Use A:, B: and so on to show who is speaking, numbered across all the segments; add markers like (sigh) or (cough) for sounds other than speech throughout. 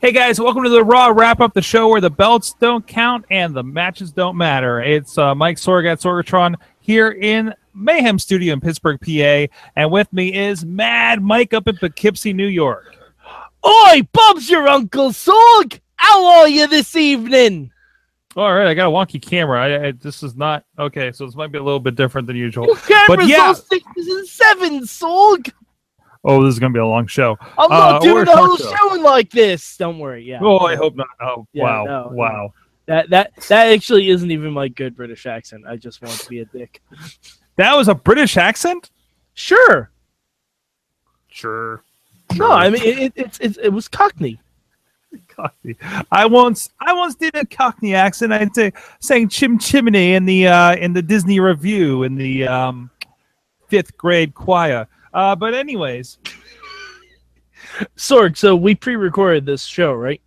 A: Hey guys, welcome to the Raw wrap up, the show where the belts don't count and the matches don't matter. It's uh, Mike Sorg at Sorgatron here in Mayhem Studio in Pittsburgh, PA, and with me is Mad Mike up in Poughkeepsie, New York.
B: Oi, Bob's your Uncle Sorg! How are you this evening?
A: All right, I got a wonky camera. I, I, this is not okay, so this might be a little bit different than usual.
B: Camera's
A: yeah.
B: all sixes and sevens, Sorg!
A: Oh, this is going to be a long show.
B: I'm not
A: Uh, we're
B: doing the
A: a
B: whole
A: talk show.
B: show like this. Don't worry, yeah.
A: Oh, I hope not. Oh,
B: Yeah,
A: wow,
B: no, no.
A: wow.
B: That that that actually isn't even my good British accent. I just want to be a dick.
A: That was a British accent.
B: Sure.
A: Sure.
B: No, I mean it, it, it's it's it was Cockney.
A: Cockney. I once I once did a Cockney accent. I t- sang Chim Chimney in the uh, in the Disney Review in the um, fifth grade choir. Uh, but anyways,
B: Sorg, so we pre-recorded this show, right?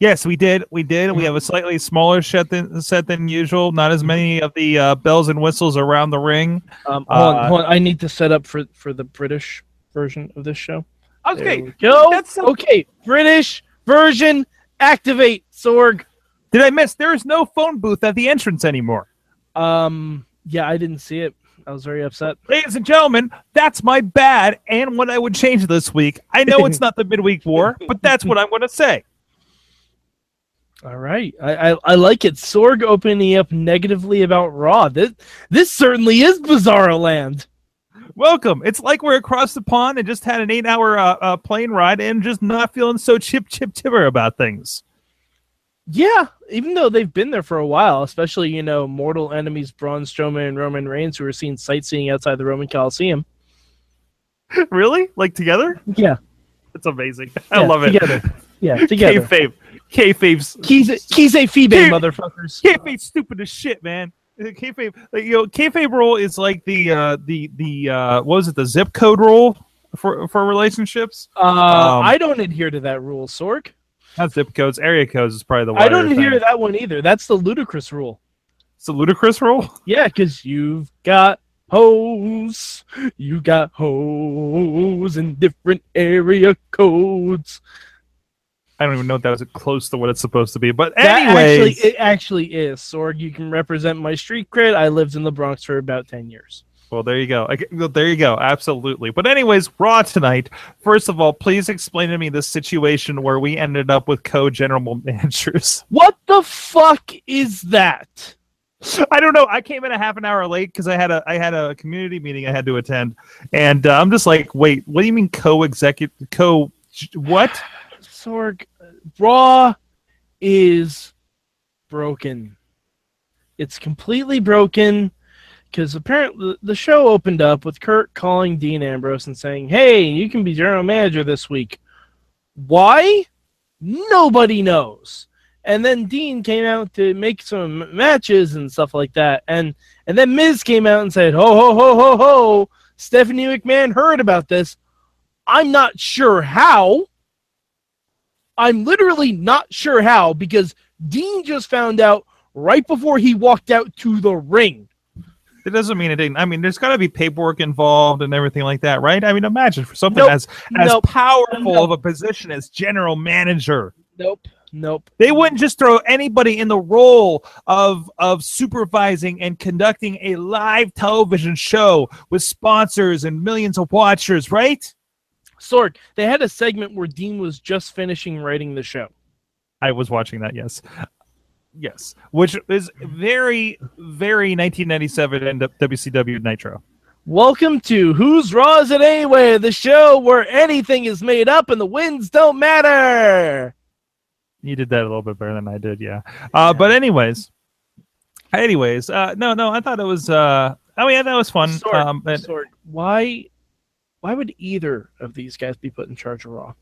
A: yes, we did. We did. We have a slightly smaller set than, set than usual. Not as many of the uh, bells and whistles around the ring.
B: Um, hold,
A: Uh,
B: on, hold on, I need to set up for for the British version of this show. There
A: Okay.
B: we go.
A: That's so-
B: okay, British version activate Sorg.
A: Did I miss? There is no phone booth at the entrance anymore.
B: Um, yeah, I didn't see it. I was very upset.
A: Ladies and gentlemen, that's my bad and what I would change this week. I know it's not the midweek war, but that's what I'm going to say.
B: All right, I, I I like it. Sorg opening up negatively about Raw. This this certainly is Bizarro Land.
A: Welcome. It's like we're across the pond and just had an eight hour uh, uh, plane ride and just not feeling so chip, chip, tipper about things. (laughs)
B: Yeah, even though they've been there for a while, especially you know, mortal enemies Braun Strowman and Roman Reigns, who are seen sightseeing outside the Roman Coliseum.
A: really? Like together?
B: Yeah,
A: It's amazing. (laughs) I
B: yeah,
A: love it.
B: Together, yeah, together.
A: K-fave. K-fave's
B: He's a, he's a Phoebe,
A: K-
B: motherfuckers.
A: kayfabe's stupid as shit, man. Uh, Kayfabe, like, you know, kayfabe rule is like the uh, the the uh, what was it? The zip code rule for for relationships.
B: Uh,
A: Um,
B: I don't adhere to that rule, Sorg.
A: Not zip codes, area codes is probably the
B: I don't
A: wider
B: adhere
A: thing.
B: to that one either. That's the ludicrous rule.
A: It's a ludicrous rule.
B: Yeah, because you've got hoes. You got hoes in different area codes.
A: I don't even know if that was close to what it's supposed to be. But
B: That
A: anyway,
B: actually, it actually is. Sorg, you can represent my street cred. I lived in the Bronx for about 10 years.
A: well, there you go. I, well, there you go. Absolutely. But anyways, Raw tonight. First of all, please explain to me the situation where we ended up with co-general (laughs) managers.
B: What the fuck is that?
A: I don't know. I came in a half an hour late because I had a I had a community meeting I had to attend, and uh, I'm just like, wait, what do you mean co-executive co? What?
B: Sorg, Raw is broken. It's completely broken because apparently the show opened up with Kurt calling Dean Ambrose and saying, "Hey, you can be general manager this week." Why? Nobody knows. And then Dean came out to make some m- matches and stuff like that, and and then Miz came out and said, "Ho ho ho ho ho!" Stephanie McMahon heard about this. I'm not sure how. I'm literally not sure how because Dean just found out right before he walked out to the ring.
A: It doesn't mean it didn't. I mean, there's got to be paperwork involved and everything like that, right? I mean, imagine for something
B: Nope.
A: as as
B: Nope.
A: powerful
B: Nope.
A: of a position as general manager.
B: Nope. Nope.
A: They wouldn't just throw anybody in the role of of supervising and conducting a live television show with sponsors and millions of watchers, right?
B: Sorg, they had a segment where Dean was just finishing writing the show.
A: I was watching that, yes. Yes, which is very, very 1997 and WCW Nitro.
B: Welcome to Who's Raw Is It Anyway, the show where anything is made up and the wins don't matter.
A: You did that a little bit better than I did, yeah. Uh, But anyways, anyways, uh, no, no, I thought it was. Uh, oh yeah, that was fun.
B: Sorg,
A: Um, and-
B: Sorg, why why would either of these guys be put in charge of Raw?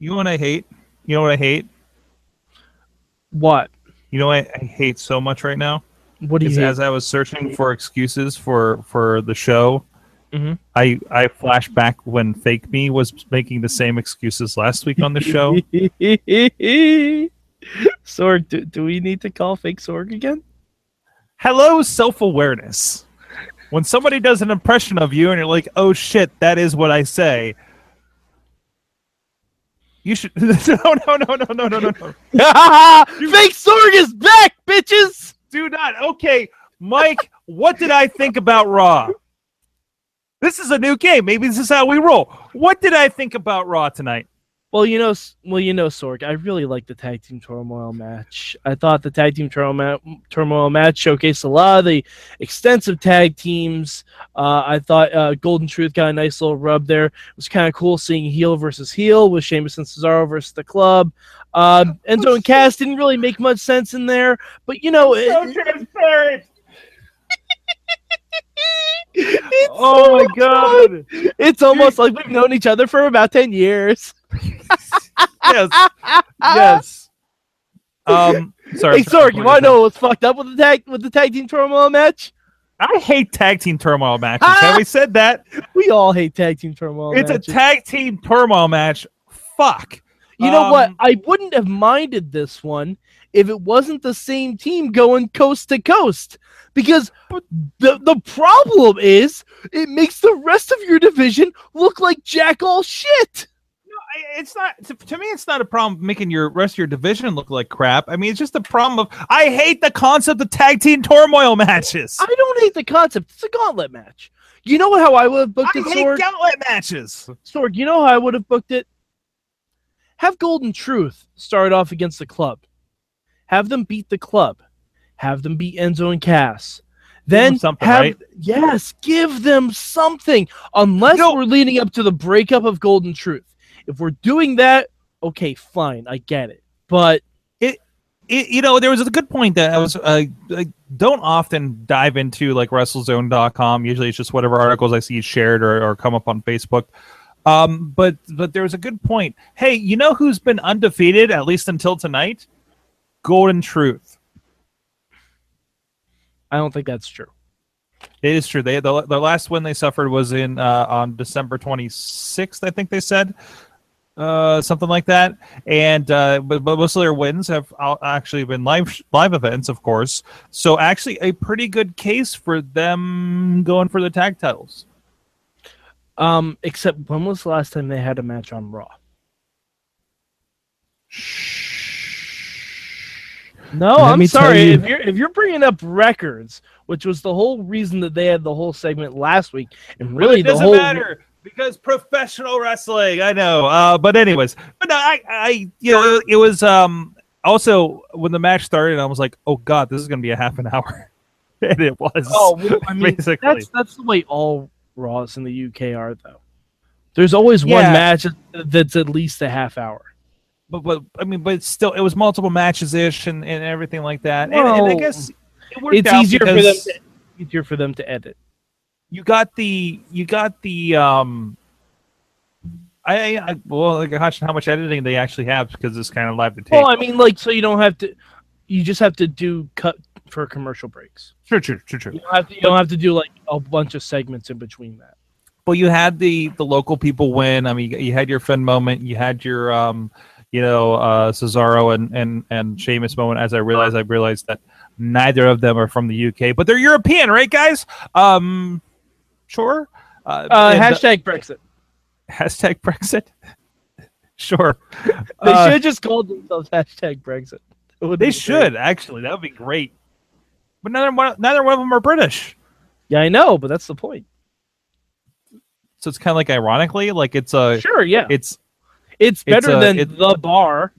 A: You know what I hate? You know what I hate?
B: What?
A: You know what I hate so much right now?
B: What do you
A: Is
B: hate?
A: as I was searching for excuses for for the show,
B: Mhm.
A: I I flashed back when Fake Me was making the same excuses last week on the show.
B: (laughs) Sorg, do, do we need to call fake Sorg again? (laughs)
A: Hello, self awareness. When somebody does an impression of you and you're like, "Oh shit, that is what I say." You should. (laughs) no, no, no, no, no, no, no, no.
B: Fake Sorg is back, bitches.
A: Do not. Okay, Mike, what did I think about Raw? This is a new game. Maybe this is how we roll. What did I think about Raw tonight?
B: Well, you know, well, you know, Sorg. I really like the tag team turmoil match. I thought the tag team turmoil, ma- turmoil match showcased a lot of the extensive tag teams. Uh, I thought uh, Golden Truth got a nice little rub there. It was kind of cool seeing heel versus heel with Sheamus and Cesaro versus the Club. Um, Enzo and Cass didn't really make much sense in there, but you know, it,
A: transparent.
B: it's
A: Oh my god.
B: it's almost like we've known each other for about ten years.
A: Yes. Yes. Um. Sorry.
B: hey, Sorg, you want to know what's fucked up with the tag with the tag team turmoil match?
A: I hate tag team turmoil matches.
B: Ah!
A: Have we said that?
B: We all hate tag team turmoil.
A: it's
B: matches.
A: a tag team turmoil match. Fuck.
B: You know what?
A: um,
B: I wouldn't have minded this one if it wasn't the same team going coast to coast. Because the the problem is it makes the rest of your division look like jack all shit.
A: I- it's not to, to me it's not a problem making your rest of your division look like crap i mean it's just a problem of i hate the concept of tag team turmoil matches
B: I don't hate the concept. It's a gauntlet match. You know what? How I would have booked
A: I
B: it,
A: hate
B: Sorg?
A: gauntlet matches
B: Sorg, you know how I would have booked it? Have Golden Truth start off against the club. Have them beat the club. Have them beat Enzo and Cass. Then
A: them something,
B: have,
A: right?
B: yes, give them something. Unless
A: No.
B: we're leading up to the breakup of Golden Truth. If we're doing that, okay, fine, I get it. But
A: it, you know, there was a good point that I was. Uh, I don't often dive into like WrestleZone.com. Usually, it's just whatever articles I see shared or, or come up on Facebook. Um, but but there was a good point. Hey, you know who's been undefeated at least until tonight? Golden Truth.
B: I don't think that's true.
A: It is true. They the, the last win they suffered was in uh, on December 26th, I think they said, uh, something like that. And uh, but, but most of their wins have uh, actually been live live events, of course. So actually, a pretty good case for them going for the tag titles.
B: Um, except when was the last time they had a match on Raw? No,
A: Let
B: I'm
A: me tell
B: sorry.
A: you-
B: If you're if you're bringing up records, which was the whole reason that they had the whole segment last week, and really
A: it
B: the
A: doesn't
B: whole
A: matter because professional wrestling. I know, uh, but anyways, but no, I, I, you know, it was um also when the match started, I was like, oh god, this is gonna be a half an hour, (laughs) and it was.
B: Oh, well, I (laughs) mean,
A: Basically.
B: that's that's the way all Raws in the UK are, though. There's always
A: Yeah.
B: one match that's at least a half hour.
A: but but I mean, but it's still, it was multiple matches ish and, and everything like that. And, and I
B: Well,
A: guess it worked
B: It's
A: out
B: easier for them.
A: because
B: To, easier for them to edit.
A: you got the you got the um. I, I well, like, imagine how much editing they actually have because it's kind of live to tape.
B: Well, I mean, like, so you don't have to. You just have to do cut for commercial breaks.
A: true, true, true, true.
B: You don't have to. You don't have to do like a bunch of segments in between that.
A: Well, you had the the local people win. I mean, you, you had your Finn moment. You had your um, you know, uh, Cesaro and and and Sheamus moment. As I realized, I realized that neither of them are from the UK, but they're European, right, guys? Um, sure. Uh,
B: Uh,
A: and-
B: hashtag Brexit.
A: (laughs) hashtag Brexit. sure.
B: They
A: Uh,
B: should just call themselves hashtag Brexit. It would
A: They
B: be
A: should
B: great.
A: actually. That would be great. But neither one, neither one of them are British.
B: Yeah, I know, but that's the point.
A: So it's kind of like ironically, like it's a,
B: Sure, yeah.
A: it's
B: it's better
A: uh,
B: than
A: it-
B: the
A: (laughs)
B: bar.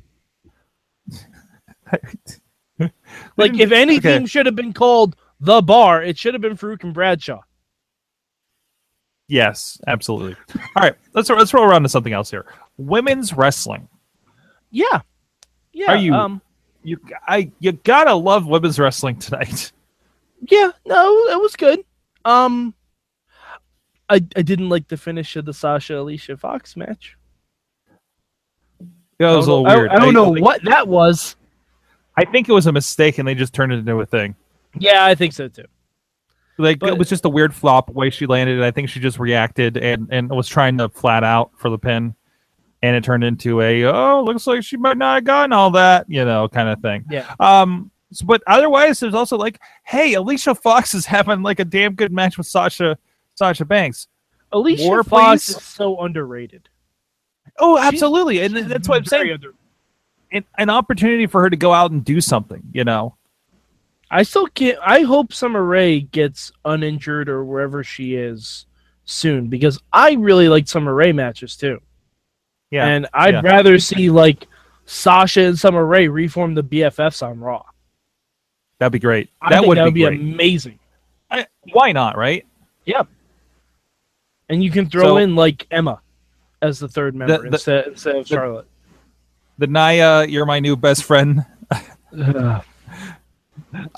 B: Like, if any
A: Okay.
B: team should have been called the bar, it should have been Farouk and Bradshaw.
A: Yes, absolutely. All right, let's let's roll around to something else here. Women's wrestling.
B: Yeah. Yeah.
A: Are you-
B: Um,
A: You I you gotta love women's wrestling tonight.
B: yeah, no, that was good. Um, I, I didn't like the finish of the Sasha Alicia Fox match.
A: (laughs) That was a
B: I
A: little
B: don't know- I-
A: weird.
B: I, don't know
A: I,
B: what that was.
A: I think it was a mistake, and they just turned it into a thing.
B: Yeah, I think so too.
A: Like it
B: But-
A: was just a weird flop way she landed. And I think she just reacted and and was trying to flat out for the pin, and it turned into a oh looks like she might not have gotten all that you know kind of thing.
B: Yeah.
A: Um. so- but otherwise, there's also like, hey, Alicia Fox is (laughs) having like a damn good match with Sasha Sasha Banks.
B: Alicia
A: More,
B: Fox
A: please?
B: is so underrated.
A: Oh, absolutely, and
B: she's
A: that's what I'm
B: very
A: saying. An, an opportunity for her to go out and do something, you know.
B: I still can't. I hope Summer Rae gets uninjured or wherever she is soon because I really like Summer Rae matches too.
A: Yeah,
B: And I'd
A: yeah.
B: rather see like Sasha and Summer Rae reform the BFFs on Raw.
A: that'd be great.
B: I
A: that
B: think
A: would
B: that would be,
A: great.
B: amazing.
A: I- why not, right?
B: And you can throw
A: So-
B: in like Emma as the third member
A: the-
B: instead, instead of
A: the-
B: Charlotte.
A: The Naya, you're my new best friend (laughs)
B: (sighs)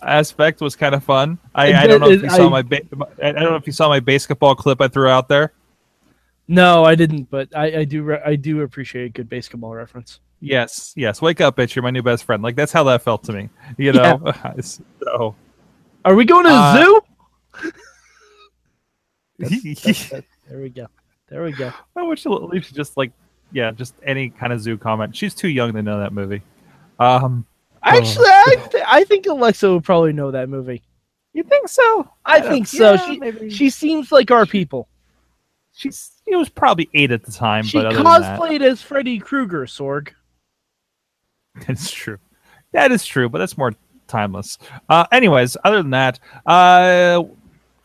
A: aspect was kind of fun. I,
B: It
A: I don't know if
B: did-
A: you
B: I-
A: saw my, ba- I I don't know if you saw my basketball clip I threw out there.
B: no, I didn't, but I, I do. Re- I do appreciate a good basketball reference.
A: Yes, yes. Wake up, bitch! You're my new best friend. Like that's how that felt to me. You know. (laughs) so
B: Are we going to the
A: Uh,
B: zoo? (laughs)
A: (laughs)
B: That's-
A: I
B: that- there we go. There we go.
A: wish at least just like yeah, just any kind of zoo comment. She's too young to know that movie. Um,
B: (laughs) Actually, I, th- I think Alexa will probably know that movie.
A: you think so?
B: I
A: don't-
B: think so.
A: yeah,
B: She-
A: maybe.
B: She seems like our people.
A: she's she was probably eight at the time.
B: She
A: but other than that- (laughs)
B: cosplayed as Freddy Krueger, Sorg.
A: That's true. That is true, but that's more timeless. Uh, anyways, other than that, uh,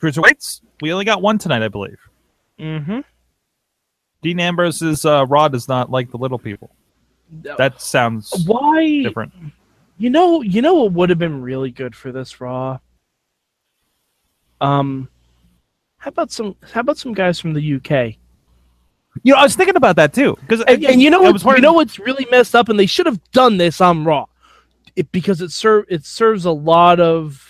A: cruiserweights. We only got one tonight, I believe.
B: Mm-hmm.
A: Dean Ambrose's uh, Raw does not like the little people. That sounds
B: Why?
A: different.
B: You know, you know what would have been really good for this Raw. Um, how about some? How about some guys from the UK?
A: You know, I was thinking about that too because
B: And, and you know
A: I
B: what?
A: was
B: You
A: wondering-
B: know what's really messed up, and they should have done this on Raw, it, because it serve it serves a lot of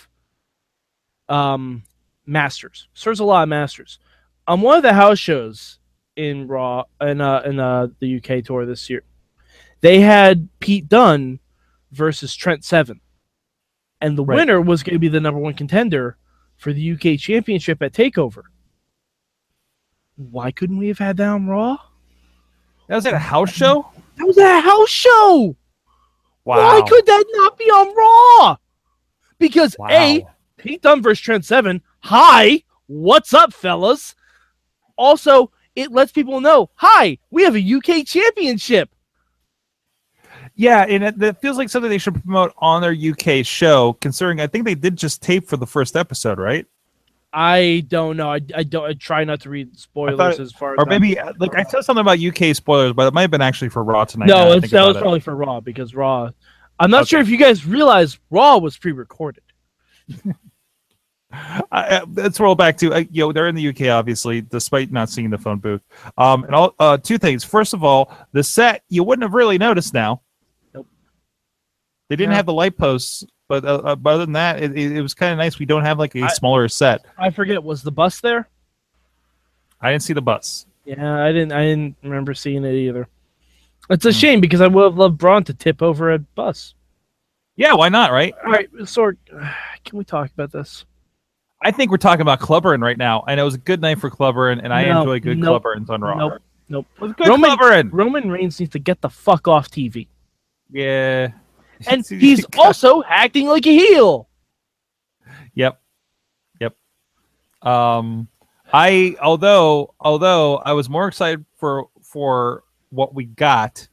B: um masters serves a lot of masters. On one of the house shows in Raw in uh, in uh, the UK tour this year, they had Pete Dunne versus Trent Seven, and the
A: Right.
B: winner was going to be the number one contender for the UK Championship at Takeover. Why couldn't we have had that on Raw?
A: that was at a house show.
B: That was at a house show.
A: Wow.
B: Why could that not be on Raw? Because
A: Wow.
B: A, Pete Dunne versus Trent Seven. Hi, what's up, fellas? Also, it lets people know, hi, we have a UK championship.
A: Yeah, and it, that feels like something they should promote on their UK show. Considering I think they did just tape for the first episode, right?
B: I don't know. I, I don't. I try not to read spoilers
A: I thought-
B: as far as
A: Or
B: I'm-
A: maybe like I saw something about UK spoilers, but it might have been actually for Raw tonight. now
B: no.
A: I
B: It's,
A: think
B: that
A: about
B: was
A: it.
B: probably for Raw because Raw. I'm not
A: Okay.
B: sure if you guys realize Raw was pre-recorded.
A: I, I- let's roll back to uh, you know they're in the UK obviously, despite not seeing the phone booth. Um, and all uh, two things. First of all, the set you wouldn't have really noticed now.
B: Nope.
A: They didn't
B: Yeah.
A: have the light posts, but uh, uh, but other than that, it, it, it was kind of nice. We don't have like a
B: I-
A: smaller set.
B: I forget. Was the bus there?
A: I didn't see the bus.
B: Yeah, I didn't. I didn't remember seeing it either. It's a
A: Hmm.
B: shame because I would have loved Braun to tip over a bus.
A: Yeah, why not? Right?
B: All right, Sorg, (sighs) can we talk about this?
A: I think we're talking about Clubberin right now, and it was a good night for Clubberin, and I
B: No,
A: enjoy good
B: nope,
A: Clubberins on Raw.
B: Nope, nope.
A: It was good
B: Roman-
A: Clubberin.
B: Roman Reigns needs to get the fuck off (laughs) TV,
A: Yeah. (laughs)
B: and he's also acting like a heel.
A: Yep. Yep. Um I although although I was more excited for for what we got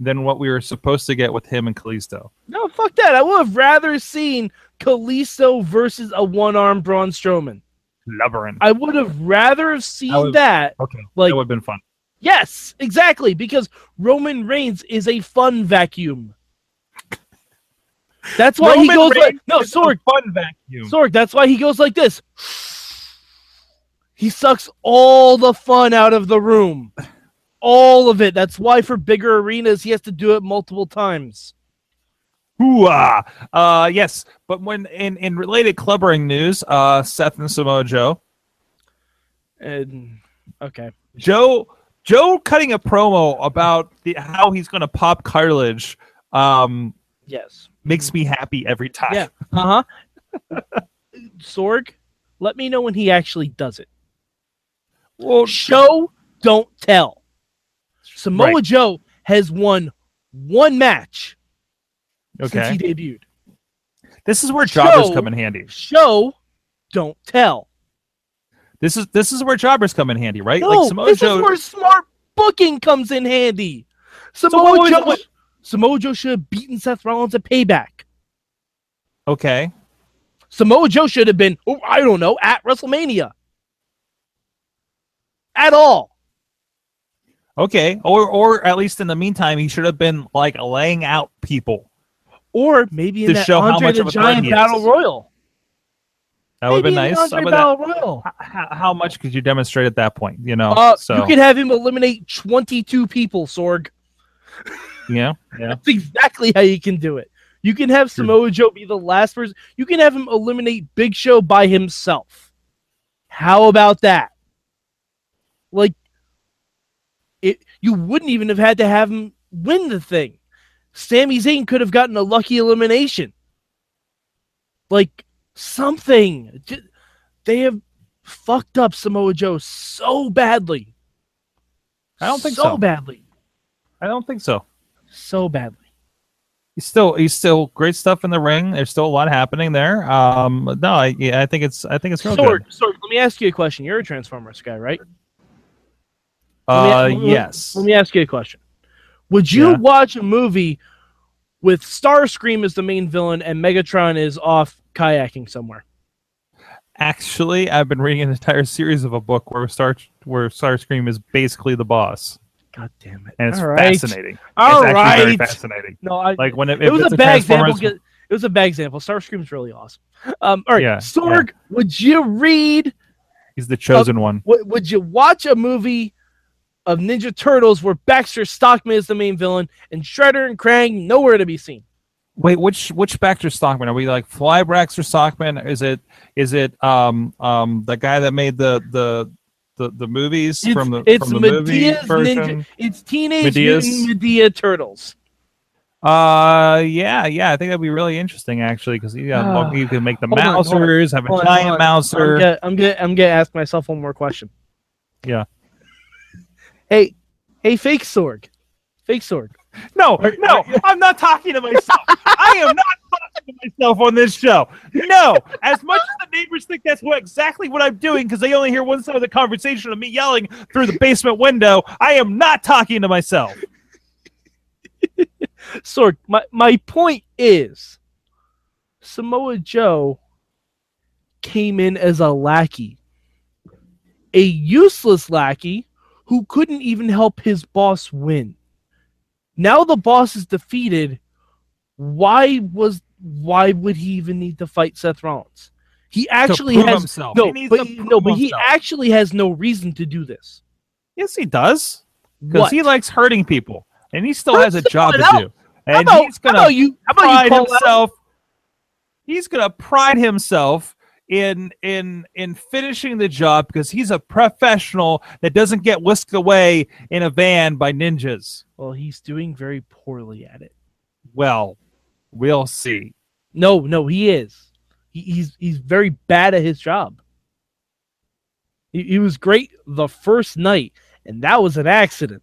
A: than what we were supposed to get with him and Kalisto.
B: No, fuck that. I would have rather seen Kalisto versus a one-armed Braun Strowman.
A: Clubberin.
B: I would have rather have seen
A: I would-
B: that.
A: Okay.
B: Like,
A: that would have been fun.
B: yes, exactly, because Roman Reigns is a
A: (laughs)
B: fun vacuum. That's why he
A: Roman
B: goes like
A: Reigns
B: no,
A: is a
B: Sorg.
A: Fun vacuum.
B: Sorg, that's why he goes like this. He sucks all the fun out of the room. All of it. That's why for bigger arenas he has to do it multiple times.
A: Hoo-ah. Uh yes. But when in, in related clubbering news, uh Seth and Samoa Joe.
B: And okay.
A: Joe Joe cutting a promo about the how he's gonna pop cartilage um
B: Yes.
A: makes me happy every time.
B: Yeah. Uh-huh. Sorg, let me know when he actually does it.
A: Well,
B: Show, don't tell. Samoa
A: Right.
B: Joe has won one match since he
A: Okay.
B: debuted.
A: This is where jobbers
B: Show-
A: come in handy.
B: Show, don't tell.
A: This is this is where jobbers come in handy, right?
B: No,
A: Samoa
B: this
A: Joe-
B: is where smart booking comes in handy.
A: what
B: Samoa
A: was-
B: Joe,
A: what-
B: Samoa Joe should have beaten Seth Rollins at Payback.
A: Okay.
B: Samoa Joe should have been, oh, I don't know, at WrestleMania. At all.
A: Okay. Or or at least in the meantime, he should have been like laying out people.
B: Or maybe in
A: To
B: that
A: show how
B: Andre
A: much
B: the
A: of a threat
B: Giant
A: he is.
B: Battle Royal.
A: That would have been
B: Maybe in
A: nice.
B: the
A: But
B: Andre
A: that-
B: Battle Royal.
A: how, how much could you demonstrate at that point? You know.
B: Uh,
A: so
B: You could have him eliminate 22 people, Sorg.
A: yeah. Yeah.
B: That's exactly how you can do it. You can have
A: True.
B: Samoa Joe be the last person. You can have him eliminate Big Show by himself. How about that? Like, it. You wouldn't even have had to have him win the thing. Sami Zayn could have gotten a lucky elimination. Like something. Ju- They have fucked up Samoa Joe so badly.
A: I don't think so.
B: So badly.
A: I don't think so.
B: So badly.
A: He's still he's still great stuff in the ring. There's still a lot happening there. Um, no, I yeah, I think it's I think it's real
B: Sorg,
A: good.
B: Sorg, let me ask you a question. You're a Transformers guy, right?
A: Uh,
B: Let me- let me-
A: yes.
B: Let me ask you a question. Would you
A: Yeah.
B: watch a movie with Starscream as the main villain and Megatron is off kayaking somewhere?
A: Actually, I've been reading an entire series of a book where Star where Starscream is basically the boss,
B: God damn it.
A: and it's
B: All right.
A: fascinating.
B: All
A: it's actually very
B: right.
A: fascinating.
B: No, I,
A: Like when it,
B: it was
A: if it's
B: a bad example.
A: Transformers-
B: 'cause- It was a bad example. Starscream's really awesome. Um, all right,
A: Yeah,
B: Sorg, would you read
A: He's the chosen one.
B: Would, would you watch a movie of Ninja Turtles where Baxter Stockman is the main villain and Shredder and Krang nowhere to be seen?
A: Wait, which which Baxter Stockman? Are we like Fly Baxter Stockman? Is it is it um um the guy that made the the the, the movies
B: It's-
A: from the
B: it's
A: from the movie
B: Medea's
A: version?
B: Ninja- It's Teenage
A: Medea's-
B: Mutant Medea Turtles.
A: Uh, yeah, yeah. I think that'd be really interesting actually because you got
B: Ah.
A: you can make the
B: Hold on, hold on.
A: mousers have a
B: Hold on,
A: giant
B: hold on. I'm
A: mouser.
B: gonna, I'm gonna I'm gonna ask myself one more question.
A: Yeah.
B: Hey, hey, fake Sorg, fake Sorg.
A: No, no, I'm not talking to myself. I am not talking to myself on this show. No, as much as the neighbors think that's what, exactly what I'm doing because they only hear one side of the conversation of me yelling through the basement window. I am not talking to myself.
B: Sorg, my my point is, Samoa Joe came in as a lackey, a useless lackey who couldn't even help his boss win. Now the boss is defeated. Why was why would he even need to fight Seth Rollins? He actually
A: to prove
B: has
A: himself.
B: no,
A: He needs
B: but,
A: to prove
B: no, but he
A: himself.
B: actually has no reason to do this.
A: yes, he does because
B: What?
A: he likes hurting people, and he still
B: Hurt
A: has a job to
B: someone
A: do.
B: how
A: And
B: about,
A: he's gonna
B: how about you? How about you
A: pride
B: call out?
A: himself. He's gonna pride himself in in in finishing the job because he's a professional that doesn't get whisked away in a van by ninjas.
B: Well, he's doing very poorly at it.
A: Well, we'll see.
B: No, no, he is. He, he's he's very bad at his job. He, he was great the first night, and that was an accident.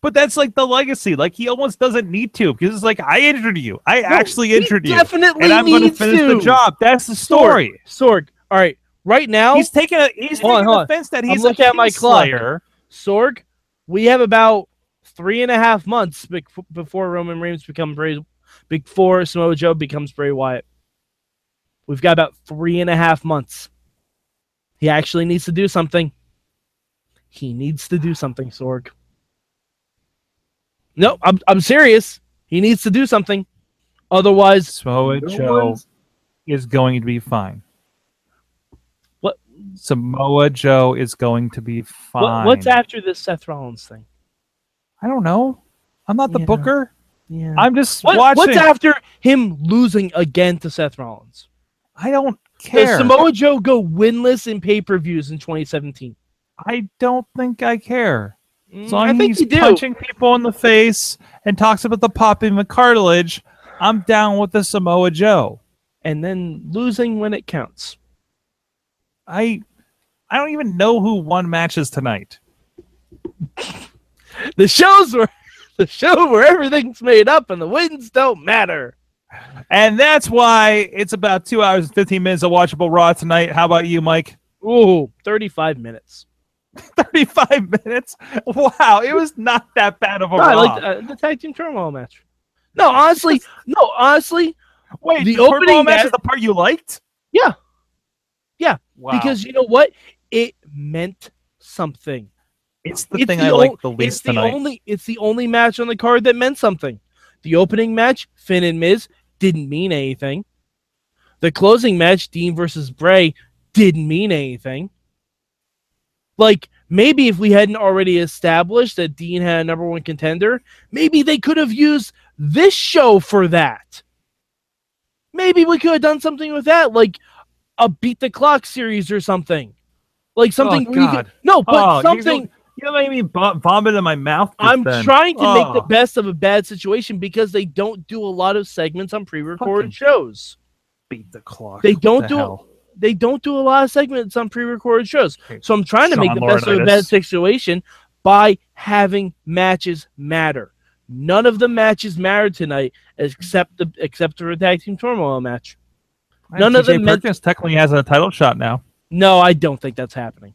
A: But that's like the legacy. Like he almost doesn't need to because it's like I injured you. I actually
B: He
A: injured you,
B: Definitely
A: and I'm gonna
B: needs
A: finish
B: to.
A: the job. That's the story.
B: Sorg. All right, right now,
A: He's taking a he's
B: Hold on,
A: taking
B: hold on.
A: offense that
B: I'm
A: he's
B: looking
A: a
B: at my clock.
A: Kingslayer.
B: Sorg, we have about three and a half months bec- before Roman Reigns becomes Bray, before Samoa Joe becomes Bray Wyatt. We've got about three and a half months. He actually needs to do something. He needs to do something, Sorg. No, I'm I'm serious. He needs to do something. Otherwise,
A: Samoa
B: No
A: Joe
B: one's-
A: is going to be fine.
B: What-
A: Samoa Joe is going to be
B: wha-
A: fine.
B: what's after this Seth Rollins thing?
A: I don't know. I'm not the
B: Yeah.
A: booker.
B: Yeah.
A: I'm just
B: What,
A: watching.
B: what's after him losing again to Seth Rollins?
A: I don't care.
B: Does Samoa Joe go winless in pay per views in 2017?
A: I don't think I care. As long
B: I
A: as
B: think
A: he's
B: you do.
A: punching people in the face and talks about the popping of cartilage, I'm down with the Samoa Joe.
B: and then losing when it counts.
A: I I don't even know who won matches tonight.
B: The shows where (laughs) the show where everything's made up and the wins don't matter.
A: And that's why it's about two (laughs) hours and 15 minutes of watchable Raw tonight. How about you, Mike?
B: Ooh, 35 minutes.
A: 35 minutes. Wow, it was not that bad of a
B: No, I
A: Raw.
B: like the, uh, the tag team turmoil match. No, honestly, no, honestly,
A: Wait,
B: the
A: the, opening
B: opening
A: match
B: match-
A: is the part you liked?
B: Yeah. Yeah,
A: Wow.
B: because you know what? It meant something.
A: it's the
B: it's
A: thing
B: the
A: I
B: o-
A: like the
B: It's
A: least
B: the
A: tonight.
B: only it's the only match on the card that meant something. The opening match, Finn and Miz, didn't mean anything. The closing match, Dean versus Bray, didn't mean anything. Like maybe if we hadn't already established that Dean had a number one contender, maybe they could have used this show for that. Maybe we could have done something with that, like a beat the clock series or something, like something. where you could-
A: God.
B: no, but
A: Oh, you-
B: something.
A: You know what I mean? Vom- vomit in my mouth. just
B: I'm
A: then.
B: trying to make the
A: Oh.
B: best of a bad situation because they don't do a lot of segments on pre-recorded
A: Fucking-
B: shows.
A: beat the clock.
B: They
A: What
B: don't
A: the
B: do it-
A: hell?
B: They don't do a lot of segments on pre-recorded shows.
A: Okay.
B: So I'm trying to make
A: Sean
B: the best of a
A: Laurinaitis.
B: bad situation by having matches matter. None of the matches mattered tonight except the except for a tag team turmoil match. None of
A: TJ
B: them meant-
A: Perkins technically has a title shot now.
B: No, I don't think that's happening.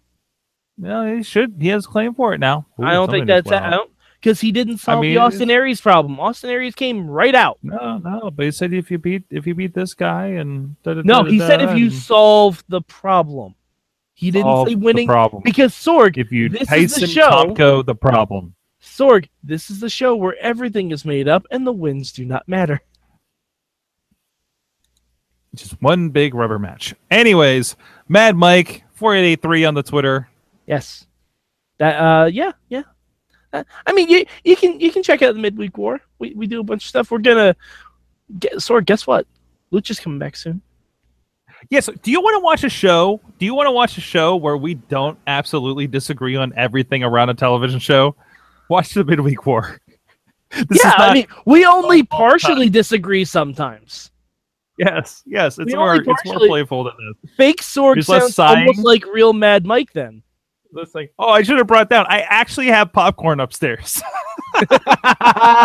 A: No, he should. He has a claim for it now.
B: I
A: Ooh,
B: don't
A: somebody
B: think
A: just
B: that's
A: went out.
B: out because he didn't solve
A: mean,
B: the
A: it's-
B: Austin Aries problem. Austin Aries came right out.
A: No, no. But he said if you beat if you beat this guy and da, da,
B: No,
A: da,
B: he
A: da,
B: said
A: da,
B: if you
A: and
B: solve the problem. He didn't
A: solve
B: say
A: the
B: winning
A: problem.
B: because Sorg,
A: If you
B: this is the
A: Tyson
B: show-
A: Topko the problem.
B: Sorg, this is the show where everything is made up and the wins do not matter. (laughs)
A: Just one big rubber match. Anyways, Mad Mike four eight eight three on the Twitter.
B: Yes. That uh yeah, yeah. Uh, I mean you you can you can check out the midweek war. We we do a bunch of stuff. We're gonna get Sorg, guess what? Lucha's coming back soon.
A: Yes. do you want to watch a show? Do you want to watch a show where we don't absolutely disagree on everything around a television show? Watch the Midweek War. (laughs) This is
B: yeah, I
A: not- Oh,
B: mean we only partially disagree sometimes.
A: yes, yes. It's
B: we
A: more,
B: only
A: it's more
B: partially-
A: playful than this.
B: Fake Sorg
A: There's less
B: sounds
A: sighing.
B: almost like real Mad Mike
A: (laughs)
B: then.
A: This thing. Oh, I should have brought it down. I actually have popcorn upstairs. (laughs)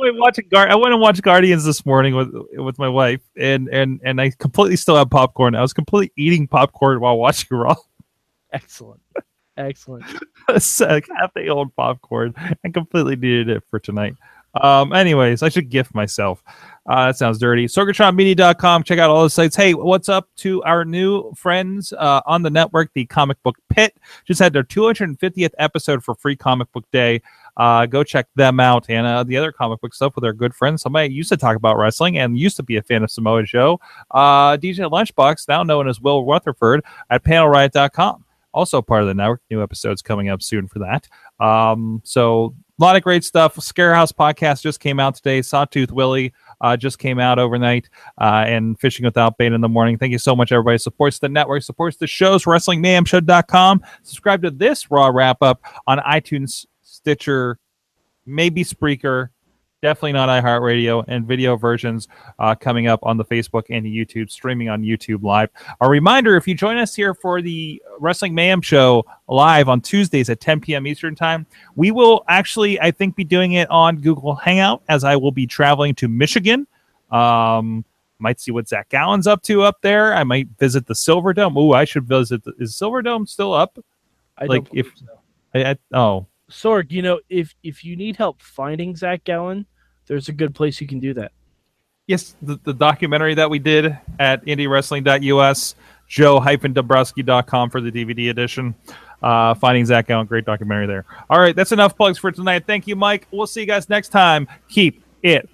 A: we watching Gar- I went and watched Guardians this morning with with my wife, and and and I completely still have popcorn. I was completely eating popcorn while watching (laughs) Raw.
B: Excellent. Excellent.
A: (laughs) half the old popcorn. I completely needed it for tonight. Um, anyways, I should gift myself. Uh, that sounds dirty. SorgatronMedia.com. Check out all the sites. Hey, what's up to our new friends uh, on the network, the Comic Book Pit? Just had their 250th episode for Free Comic Book Day. Uh, go check them out and uh, the other comic book stuff with our good friends. Somebody that used to talk about wrestling and used to be a fan of Samoa Joe. Uh, DJ Lunchbox, now known as Will Rutherford, at panelriot.com also part of the network. New episodes coming up soon for that. Um, so a lot of great stuff. Scarehouse podcast just came out today. Sawtooth Willie uh, just came out overnight, uh, and Fishing Without Bait in the morning. Thank you so much, everybody. Supports the network, supports the shows. WrestlingMayhemShow.com. Subscribe to this Raw wrap up on iTunes, Stitcher, maybe Spreaker. Definitely not iHeartRadio and video versions uh, coming up on the Facebook and the YouTube, streaming on YouTube Live. A reminder if you join us here for the Wrestling Mayhem Show live on Tuesdays at 10 p.m. Eastern Time, we will actually, I think, be doing it on Google Hangout as I will be traveling to Michigan. Um, might see what Zach Gallen's up to up there. I might visit the Silver Dome. Ooh, I should visit. The, is Silver Dome still up?
B: I
A: Like,
B: don't believe
A: if-
B: so.
A: I, I, oh,
B: Sorg, you know, if if you need help finding Zach Gallen, there's a good place you can do that.
A: yes, the, the documentary that we did at indiewrestling.us, joe-dombrowski.com for the DVD edition. Uh, Finding Zach Allen, great documentary there. All right, that's enough plugs for tonight. Thank you, Mike. We'll see you guys next time. Keep it